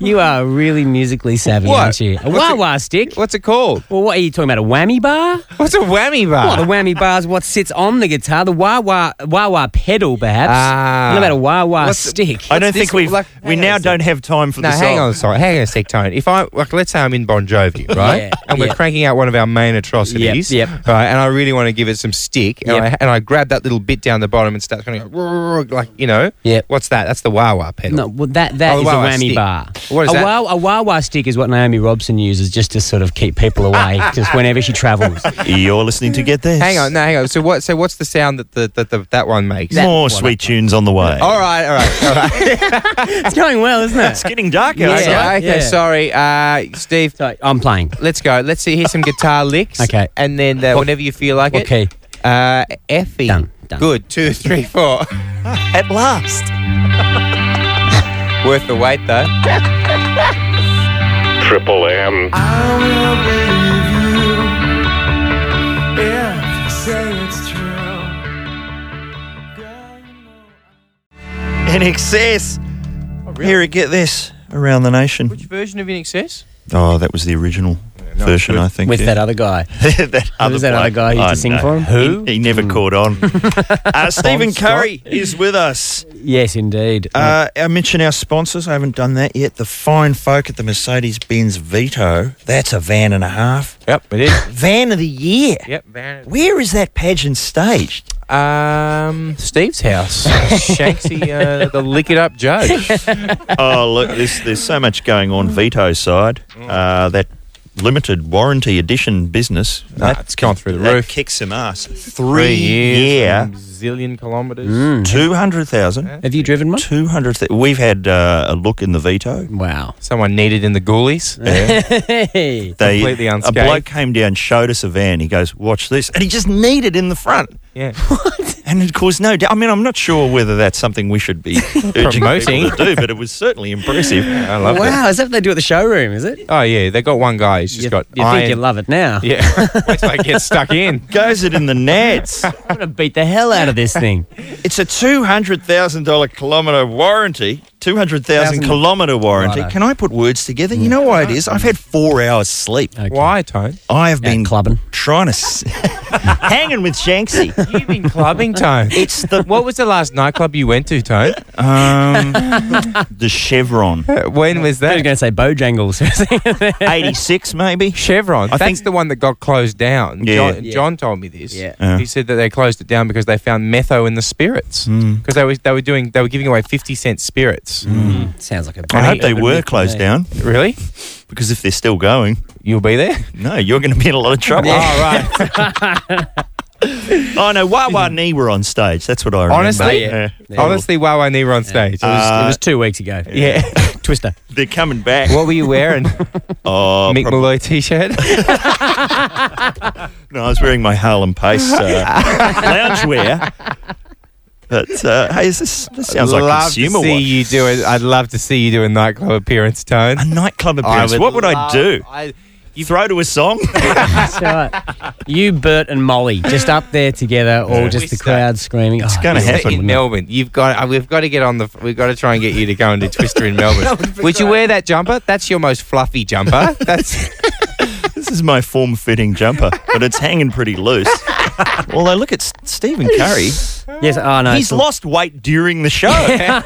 you are really musically savvy,
What?
aren't you? A
What's it-
Wawa stick.
What's it called?
Well, what are you talking about? A whammy bar?
What's a whammy bar?
Well, the whammy bar is what sits on the guitar. The wah wah wah wah pedal, perhaps.
Ah.
What about a wah wah
What's-
stick?
I don't
this
think we've.
look-
we
hang
now
on a sec.
don't have time for
no,
the song.
hang on a second. Hang on a sec, Tony. If I like, let's say I'm in Bon Jovi, right?
Yeah,
and we're
yeah.
cranking out one of our main atrocities,
Yep, yep.
right? And I really want to give it some stick, and,
Yep.
I, and I grab that little bit down the bottom and start kind of like, like you know,
Yep.
What's that? That's the wah wah pedal.
No, well, that that
Oh,
is
the wah-wah
a whammy
stick.
bar.
What is
a
that?
Wah, a wah wah stick is what Naomi Robson uses just to sort of keep people away, just whenever she travels.
You're listening to Get This.
Hang on, no, hang on. So what? So what's the sound that the, that the, that one makes?
More sweet tunes on the way.
All right, all right, all right.
it's going well, isn't
It's
it?
getting dark
Yeah.
outside.
okay, okay,
yeah.
sorry, uh, Steve.
So I'm playing.
Let's go. Let's see. Here's some guitar licks.
Okay.
and then uh, whenever you feel like it.
Okay.
Uh, Effie.
Done, done.
Good. Two, three, four.
eh? At last.
Worth the wait, though.
Triple M.
In excess.
Oh,
Here at Get This around the nation.
Which version of In Excess?
Oh, that was the original version, I think.
With
yeah.
that other guy.
that other
was that other
bloke.
guy who used
I
to sing
know.
for him? Who?
He, he never caught on. uh, Stephen Curry is with us.
Yes, indeed.
Uh, I mentioned our sponsors. I haven't done that yet. The fine folk at the Mercedes Benz Vito. That's a van and a half.
Yep, it is.
Van of the year.
yep, Baron.
Where is that pageant staged?
Um, Steve's house. Shanksy, uh, the lick it up judge.
oh, look, there's, there's so much going on Vito side. Uh, that limited warranty edition business.
Nah, Uh, it's gone through the
that
roof.
kicks some ass.
Three
Three,
years,
year,
a zillion kilometres.
Mm-hmm.
Mm.
200,000.
Have you driven one?
200. Th- we've had uh, a look in the veto.
Wow.
Someone needed in the ghoulies.
Hey.
They,
Completely unscathed.
A bloke came down, showed us a van. He goes, "Watch this," and he just kneaded in the front.
Yeah.
And of course, no. doubt- I mean, I'm not sure whether that's something we should be urging people
Promoting.
to do, but it was certainly impressive.
I love that.
Wow, is that what they do at the showroom, is it?
Oh, yeah, they got one guy. He's just
you
got
you
iron.
think you love it now.
Yeah. Wait till I get stuck in.
Goes it in the nets.
I'm going to beat the hell out of this thing.
It's a two hundred thousand dollar kilometre warranty. Two hundred thousand
Thousand-
kilometre warranty. Can I put words together?
Mm.
You know why it is? I've had four hours sleep.
Okay.
Why, Tone?
I have
Out
been
clubbing.
trying to s- hanging with Shanksy.
You've been clubbing, Tone.
It's the
What was the last nightclub you went to, Tone?
Um, the Chevron.
When was
I was
that?
going to say Bojangles.
86, maybe?
Chevron.
I
That's
think-
the one that got closed down.
Yeah.
John,
Yeah.
John told me this.
Yeah.
Yeah.
He said that they closed it down because they found metho in the spirits
Hmm.
because they was they were doing they were giving away fifty cent spirits.
Hmm. Sounds like a
I hope
brilliant-
they were
brilliant
closed
name.
down
Really?
because if they're still going,
You'll be there.
no, you're going to be in a lot of trouble.
All right.
Oh, no, Wawa Knee were on stage. That's what I remember.
Honestly,
Yeah.
honestly, wow, I need on stage.
Oh, It was,
Uh,
it was two weeks ago.
yeah.
Twister.
They're coming back.
what were you wearing?
Oh,
Mick
prob-
Malloy t-shirt.
no, I was wearing my Harlem Pace uh, loungewear. But uh, hey, is this, this sounds
I'd
like
love to
consumer
see
watch.
you do it. I'd love to see you do a nightclub appearance, Tone.
A nightclub appearance. what would I do?
I,
You throw to a song?
That's right. uh, You, Bert, and Molly just up there together, all just the
Twist
crowd screaming. Oh, It's
gonna happen.
in Melbourne, you've got. uh, We've got to get on the. We've got to try and get you to go and do Twister in Melbourne. Would you wear that jumper? That's your most fluffy jumper. That's
this is my form fitting jumper, but it's hanging pretty loose. Although, look at S- Stephen Curry.
Yes. Oh no.
He's
it's-
lost weight during the show. How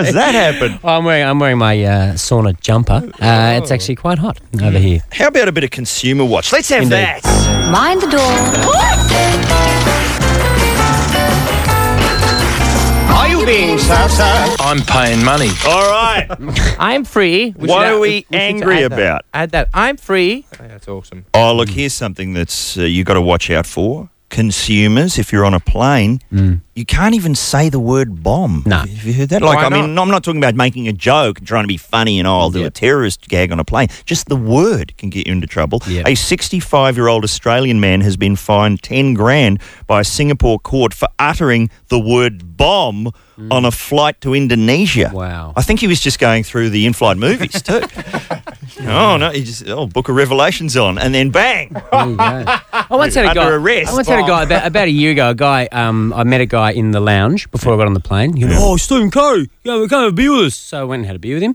does that happen?
Oh, I'm wearing I'm wearing my uh, sauna jumper. Uh, it's actually quite hot over here.
How about a bit of consumer watch? Let's have that.
Indeed.
Mind the door.
I'm paying money.
All right.
I'm free.
what are we angry about?
add that. I'm free. that's awesome.
Oh, look, here's something that's uh, you got to watch out for. Consumers, if you're on a plane, you can't even say the word bomb.
No.
Have you heard that? Like,
Why
I mean, I'm not talking about making a joke and trying to be funny and, oh, I'll do a
Yep.
terrorist gag on a plane. Just the word can get you into trouble.
Yep.
A 65 year old Australian man has been fined 10 grand by a Singapore court for uttering the word bomb on a flight to Indonesia.
Wow.
I think he was just going through the in flight movies, too. Oh no! You just oh, Book of Revelations on, and then bang.
I once had a
Under
guy.
arrest.
I once had a guy about, about a year ago. A guy. Um, I met a guy in the lounge before I got on the plane. He went, "Oh, Stephen Curry, yeah, we can't have a beer with us." So I went and had a beer with him.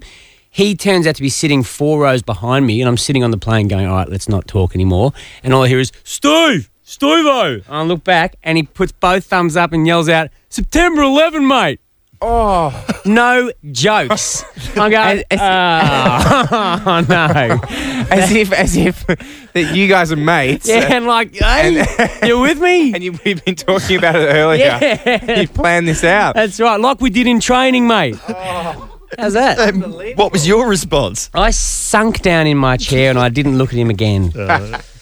He turns out to be sitting four rows behind me, and I'm sitting on the plane going, "All right, let's not talk anymore." And all I hear is Steve, Stevo. And I look back, and he puts both thumbs up and yells out, "September 11, mate." Oh, no jokes. I'm going. oh no.
As if, as if that you guys are mates.
Yeah, and like, hey, you're with me.
And you, we've been talking about it earlier.
Yeah.
You planned this out. Oh.
That's right, like we did in training, mate. How's that?
Um, what was your response?
I sunk down in my chair and I didn't look at him again.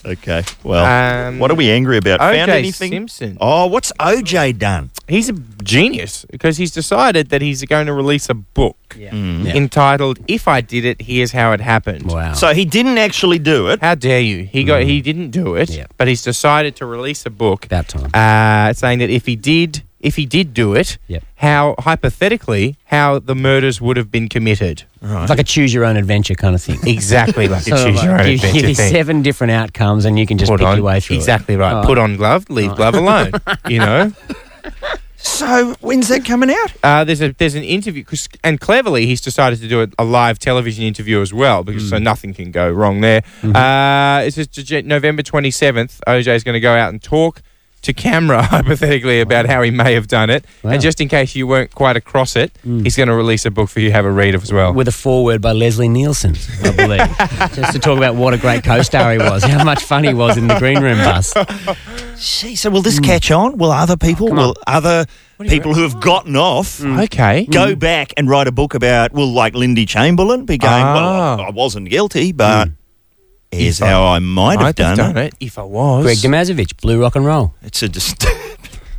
Okay, well,
Um,
what are we angry about? Found
O.J.
anything?
Simpson.
Oh, what's OJ done?
He's a genius because he's decided that he's going to release a book entitled "If I Did It, Here's How It Happened."
Wow. Mm.
So he didn't actually do it.
How dare you? He got he didn't do it,
Yeah.
but he's decided to release a book
About time.
uh, saying that if he did, if he did do it,
Yep.
how hypothetically how the murders would have been committed.
It's like a choose your own adventure kind of thing.
Exactly like a
Sort of
choose
like,
your own
give-
adventure
give you
thing.
seven different outcomes and you can just
Put
pick
on-
your way through. it.
exactly right.
Oh.
Put on glove, leave glove alone. You know,
So when's that coming out?
uh, there's a there's an interview, 'cause- and cleverly he's decided to do a, a live television interview as well, because so nothing can go wrong there. Uh, it's just to- November 27th. OJ is going to go out and talk to camera hypothetically about how he may have done it,
Wow.
and just in case you weren't quite across it, he's going to release a book for you to have a read of as well.
With a foreword by Leslie Nielsen, I believe. Just to talk about what a great co star he was, how much fun he was in the green room bus.
Gee, so will this catch on? Will other people, will other people who have gotten off,
okay.
go back and write a book about? Will like Lindy Chamberlain be going? Well, I,
Ah.
I wasn't guilty, but here's how I Hmm. might have
I'd
done, it.
if I was.
Greg Demazovich, Blue Rock and Roll.
It's a disturb.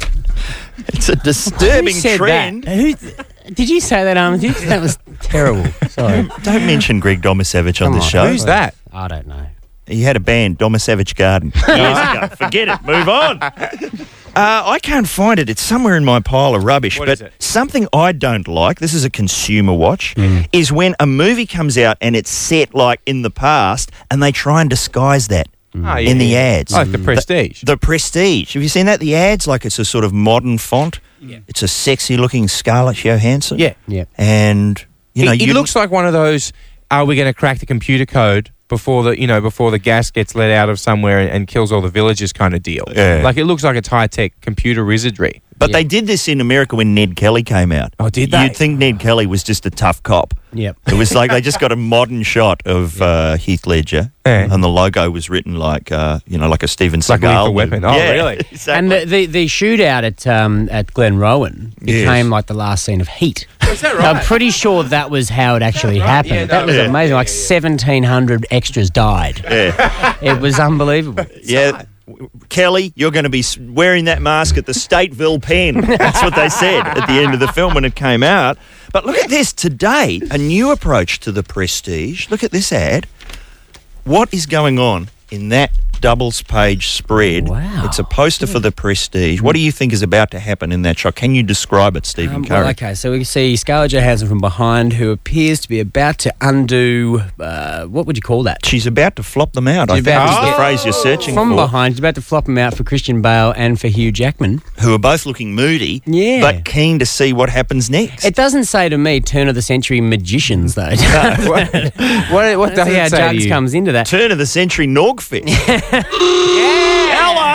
it's a disturbing trend.
that? Who, did you say that, Armitage? That was terrible. Sorry.
Don't mention Greg Domasevich on
Come
this
on.
show.
Who's that?
I don't know.
He had a band, Domasevich Garden. Years ago. Forget it. Move on. Uh, I can't find it. It's somewhere in my pile of rubbish.
What
but
is it?
something I don't like, this is a consumer watch,
Hmm.
is when a movie comes out and it's set like in the past and they try and disguise that.
Hmm.
Oh,
In the Mm.
yeah.
ads,
Like the prestige.
the prestige. Have you seen that? The ads, like it's a sort of modern font. Yeah. It's a sexy-looking Scarlett Johansson.
Yeah.
Yeah.
and you know,
it, it
you
looks like one of those. Are we going to crack the computer code before the you know before the gas gets let out of somewhere and, and kills all the villagers kind of deal?
Yeah.
Like it looks like it's high tech computer wizardry.
But they did this in America when Ned Kelly came out.
Oh, did they?
You'd think Ned Kelly was just a tough cop.
Yep.
It was like they just got a modern shot of uh, Heath Ledger,
Yeah.
and the logo was written like uh, you know, like a Steven Seagal
Like a lethal weapon. Oh,
Yeah,
really?
exactly.
And the, the, the shootout at um, at Glen Rowan became like the last scene of Heat.
Oh,
Is that right? I'm pretty sure that was how it actually happened. that was
yeah.
amazing. like 1,700 extras died.
Yeah.
It was unbelievable.
yeah. W- Kelly, you're going to be s- wearing that mask at the Stateville pen. That's what they said at the end of the film when it came out. But look at this today, a new approach to the prestige. Look at this ad. What is going on in that doubles page spread.
Wow.
It's a poster for the prestige. What do you think is about to happen in that shot? Can you describe it, Stephen
Um,
Curry?
well, okay, so we see Scarlett Johansson from behind, who appears to be about to undo. Uh, what would you call that?
She's about to flop them out, I
She's
think
about
is
to
the
get-
phrase you're searching
From
for.
behind, she's about to flop him out for Christian Bale and for Hugh Jackman.
Who are both looking moody,
Yeah.
but keen to see what happens next.
It doesn't say to me turn of the century magicians though. what what, what
does it
how
say to
Jugs
you?
comes into that?
Turn of the century Norgfest. Hello!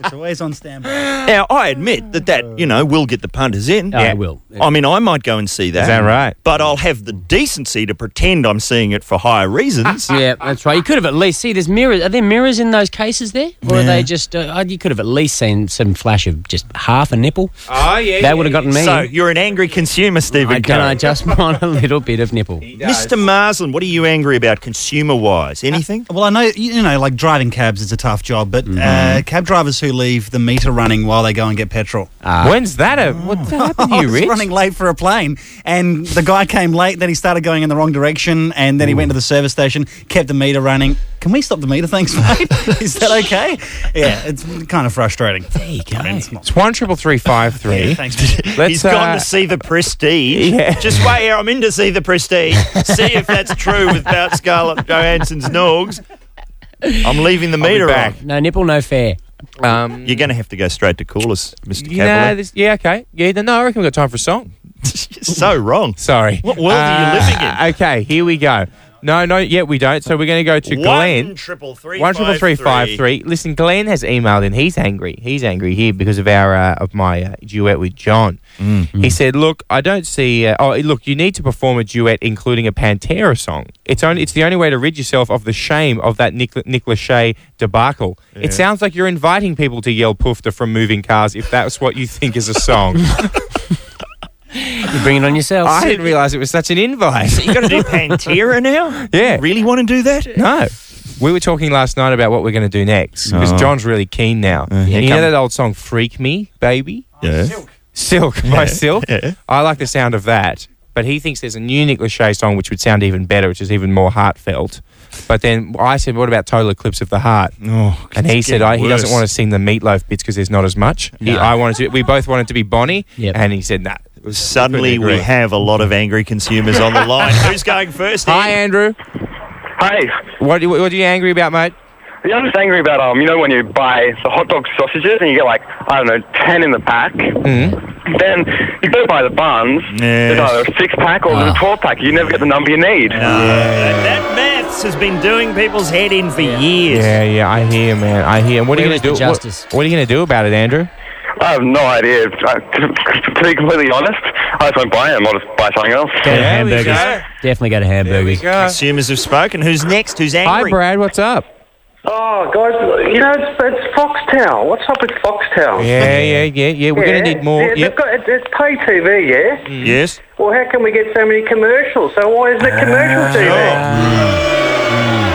It's always on standby.
Now, I admit that that, you know, will get the punters in.
Oh, it Yeah. will.
I mean, I might go and see that. Is
that right?
But I'll have the decency to pretend I'm seeing it for higher reasons.
Yeah, that's right. You could have at least see there's mirrors. Are there mirrors in those cases there, or are they just? Uh, oh, you could have at least seen some flash of just half a nipple.
Oh, yeah.
that would have gotten me.
So, you're an angry consumer, Stephen
I, can
Curry.
I just want a little bit of nipple?
Mr. Marsland, what are you angry about consumer-wise? Anything?
Well, I know you know, like driving cabs is a tough job, but
Mm-hmm.
uh, cab drivers who leave the meter running while they go and get petrol.
Ah.
When's that? A, what happened to
I
Oh,
you,
was
Rich?
running late for a plane, and the guy came late. Then he started going in the wrong direction, and then he went to the service station, kept the meter running. Can we stop the meter, thanks, mate? Is that okay? Yeah, it's kind of frustrating. There you go. it's not,
It's one triple three five three.
yeah, thanks. mate.
Let's,
He's gone
uh,
to see the prestige. Just wait here. I'm in to see the prestige. see if that's true about Scarlett Johansson's Norgs. I'm leaving the
be
meter
back.
on.
No nipple, no fair.
Um,
You're going to have to go straight to callers, Mr.
you know,
Cavalier.
this, yeah, okay. Yeah, no, I reckon we've got time for a song.
You're so wrong.
Sorry. Uh,
What world are you living in?
Okay, here we go. No, no, yet we don't. So we're going to go to Glenn.
One triple three
One triple three five
five three.
three. Listen, Glenn has emailed in. He's angry. He's angry here because of our uh, of my uh, duet with John. He said, "Look, I don't see. Uh, oh, look, you need to perform a duet including a Pantera song. It's only it's the only way to rid yourself of the shame of that Nick, Nick Lachey debacle. It sounds like you're inviting people to yell poofter from moving cars if that's what you think is a song.
You bring it on yourself.
I didn't realize it was such an invite.
You got to do Pantera now?
Yeah.
You really want to do that?
No. We were talking last night about what we're going to do next because John's really keen now.
here
you
Oh.
know
Uh, come-
that old song, Freak Me, Baby?
Yeah.
Silk by Silk.
yeah.
I like the sound of that. But he thinks there's a new Nick Lachey song which would sound even better, which is even more heartfelt. But then I said, what about Total Eclipse of the Heart?
Oh,
And he said I, he doesn't want to sing the meatloaf bits because there's not as much. He, I wanted to, we both wanted to be Bonnie,
Yep.
and he said, nah.
Suddenly, we
agree.
have a lot of angry consumers on the line. Who's going first? Uh,
Hi,
Ian?
Andrew.
Hey,
What, what are you angry about, mate?
yeah, I'm just angry about um, you know, when you buy the hot dog sausages and you get like I don't know, ten in the pack.
Mm-hmm.
Then you go buy the buns.
Yes.
There's either a six pack or
Ah.
a twelve pack. You never get the number you need.
Uh, that maths has been doing people's head in for years.
Yeah, yeah, I hear, man. I hear. What are you going
Where is
to do?
the
what-
justice?
what are you going to do about it, Andrew?
I have no idea. I, to, to be completely honest, I just won't buy them. I'll just buy something else.
There we
hamburgers.
go.
Definitely go to
There we
hamburgers.
go.
Consumers have spoken. Who's next? Who's
Hi,
angry?
Brad. What's up?
Oh, guys, you know, it's, it's Foxtel. What's up with Foxtel?
Yeah, yeah, yeah, yeah. We're going to
Yeah,
need more.
Yeah, they've
Yep.
got, it- it's pay TV, yeah?
yes.
Well, how can we get so many commercials? So why is there commercial
Ah.
TV?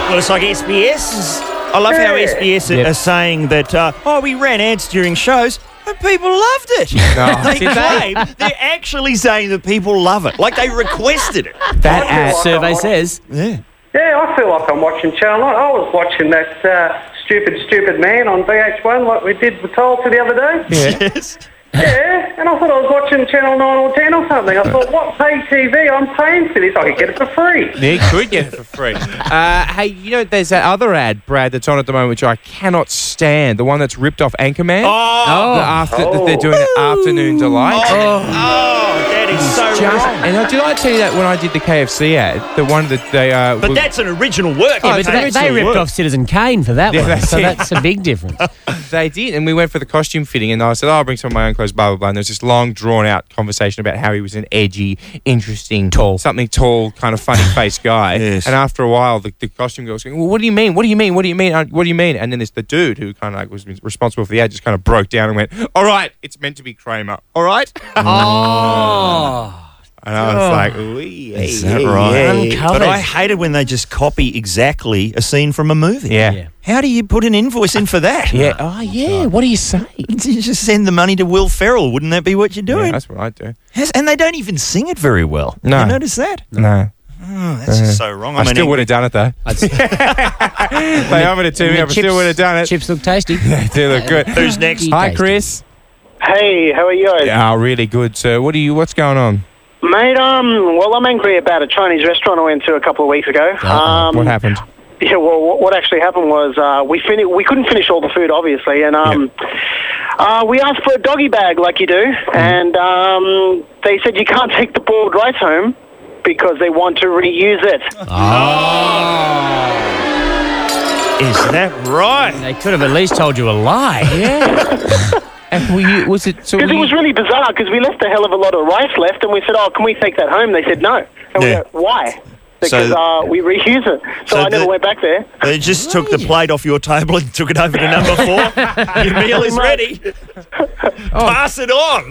Well, it's like SBS. I love how
Yeah.
SBS are-
Yep.
are saying that, uh, oh, we ran ads during shows and people loved it.
No,
they
did they?
claim they're actually saying that people love it. Like they requested it.
That ad Uh, survey says
Yeah, I feel like I'm watching Channel 9. I was watching that uh, Stupid, Stupid Man on VH1 like we did with Tulsa the other day.
Yes.
Yeah, and I thought I was watching Channel 9 or 10 or something. I thought, what pay TV? I'm paying for this. I could get it for free.
They could get it for free. Uh, hey, you know, there's that other ad, Brad, that's on at the moment, which I cannot stand. The one that's ripped off Anchorman.
Oh,
The after, that They're doing an afternoon delight.
oh, that is so
Just,
wrong.
and I- did I tell you that when I did the KFC ad? The one that they. Uh,
But
were-
that's an original work.
Yeah,
It's
but
they,
an
they
original
ripped
work.
off Citizen Kane for that
Yeah,
one,
that's
so
it.
that's a big difference.
They did, and we went for the costume fitting, and I said, "Oh, I'll bring some of my own clothes." Blah blah blah. And there was this long, drawn-out conversation about how he was an edgy, interesting, tall, something tall, kind of funny-faced guy.
Yes.
And after a while, the, the costume girl was going, "Well, what do you mean? What do you mean? What do you mean? Uh, What do you mean?" And then there's the dude who kind of like was responsible for the ad, just kind of broke down and went, "All right, it's meant to be Kramer. All right."
oh,
And I was like, "Wee,
Is
hey,
that
hey,
right?
hey."
Uncovered.
But I hate it when they just copy exactly a scene from a movie.
Yeah.
Yeah.
yeah.
How do you put an invoice in for that?
Oh, yeah. What do you say?
You just send the money to Will Ferrell. Wouldn't that be what you're
Yeah,
doing?
that's what I do.
Yes, and they don't even sing it very well.
No.
You notice that?
No.
Oh, that's just so wrong.
I, still would have done it though.
I'd s-
They offered it to me. I
chips-
still would have done it.
Chips look tasty.
They do look good.
Who's next?
Hi,
tasty.
Chris.
Hey, how are you?
Oh, really good, sir. What are you? What's going on?
Mate, um, well, I'm angry about a Chinese restaurant I went to a couple of weeks ago. Um,
what happened?
Yeah, well, what what actually happened was uh, we fin- we couldn't finish all the food, obviously, and um, uh, we asked for a doggy bag like you do,
Mm-hmm.
and um, they said you can't take the boiled rice home because they want to reuse it.
Is that right?
They could have at least told you a lie.
Yeah. and were you? Was it? So
Because
were
it
you-
was really bizarre because we left a hell of a lot of rice left, and we said, "Oh, can we take that home?" They said, "No." And
Yeah.
we go, "Why?" Because uh, we reuse it. So,
So
I never
the-
went back there.
They just took the plate off your table and took it over to number four. your meal is ready.
Oh.
Pass it on.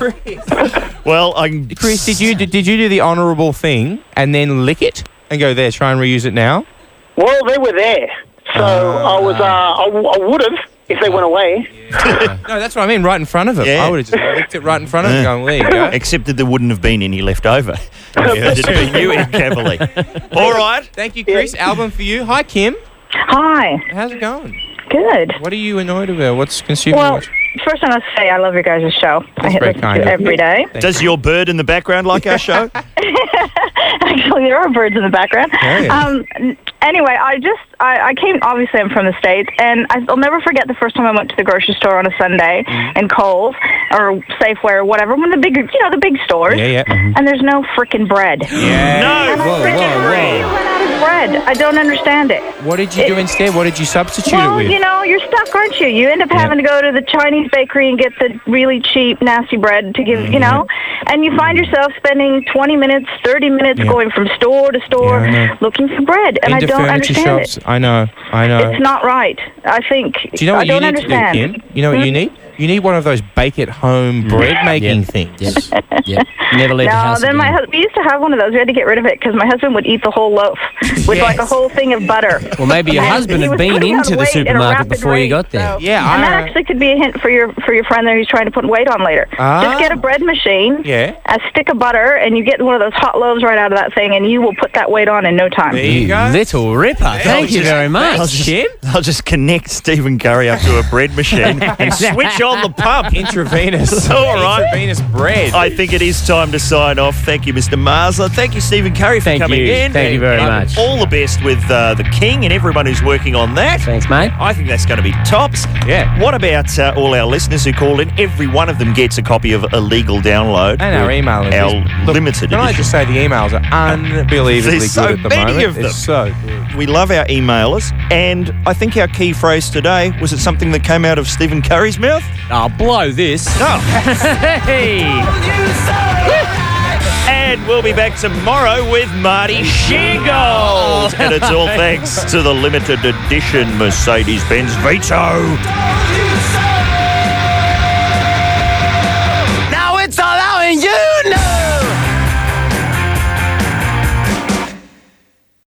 well, I'm.
Chris, did you did you do the honourable thing and then lick it and go there? Try and reuse it now.
Well, they were there, so
Ah.
I was. Uh, I, w- I would have if they went away.
No, that's what I mean. Right in front of him.
Yeah.
I would have just licked it right in front of him.
Yeah.
Going, there you go.
Except that there wouldn't have been any left over. If it had been you in Cavalier. All right.
Thank you, Chris. Album for you. Hi, Kim.
Hi.
How's it going?
Good.
What are you annoyed about? What's consuming?
Well,
what-
first I must say I love your guys' show. I hit
very
listen
kind
to it
of
every
you.
day.
Does your bird in the background like our show?
Actually, there are birds in the background.
Hey.
Um, n- anyway, I just I, I came. Obviously, I'm from the states, and I- I'll never forget the first time I went to the grocery store on a Sunday
Mm-hmm.
in Coles or Safeway or whatever. One of the big, you know, the big stores.
Yeah, yeah.
And there's no frickin' bread.
no.
Whoa, They run out of bread. I don't understand it.
What did you do instead? What did you substitute it
Well,
with?
you know, you're stuck, aren't you? You end up having to go to the Chinese bakery and get the really cheap, nasty bread to give,
Mm-hmm.
you know, and you find yourself spending 20 minutes, 30 minutes
Yeah.
going from store to store
Yeah, I know.
looking for bread, and
Into
I don't
furniture
understand
shops.
it.
I know. I know.
It's not right. I think.
uh, Do you know
I
what you
don't
need
understand. Hmm?
to do, Kim? You know what you need? You need one of those bake at home bread making
Yeah.
things.
Yep. Yep. Never leave the
No,
house.
then my
again.
husband. We used to have one of those. We had to get rid of it because my husband would eat the whole loaf with like a
Yes.
whole thing of butter.
Well, maybe your
And
husband
he
had
was
been
putting on
into the
weight at a
supermarket
rapid
before you
rate,
got there.
so-
Yeah,
and that
I-
actually could be a hint for your for your friend there who's trying to put weight on later.
Ah.
Just get a bread machine,
Yeah.
a stick of butter, and you get one of those hot loaves right out of that thing, and you will put that weight on in no time.
There you go.
Little Ripper. Thank you very
I'll
much.
just, I'll just connect Stephen Curry up to a bread machine and switch on the pump.
Intravenous.
All right.
Intravenous bread.
I think it is time to sign off. Thank you, Mr. Marsler. Thank you, Stephen Curry, for
Thank
coming
you.
in.
Thank you very
Um,
much.
All the best with uh, the King and everyone who's working on that.
Thanks, mate.
I think that's going to be tops.
Yeah.
What about uh, all our listeners who called in? Every one of them gets a copy of Illegal Download.
and our
with
email is
Our
Look,
limited
Can I
edition.
just say the emails are unbelievably good
There's so
at the
many
moment.
of them.
It's so good.
We love our emailers. And I think our key phrase today was it something that came out of Stephen Curry's mouth?
I'll blow this.
No.
Hey.
And we'll be back tomorrow with Marty Shingold. and it's all thanks to the limited edition Mercedes Benz Vito.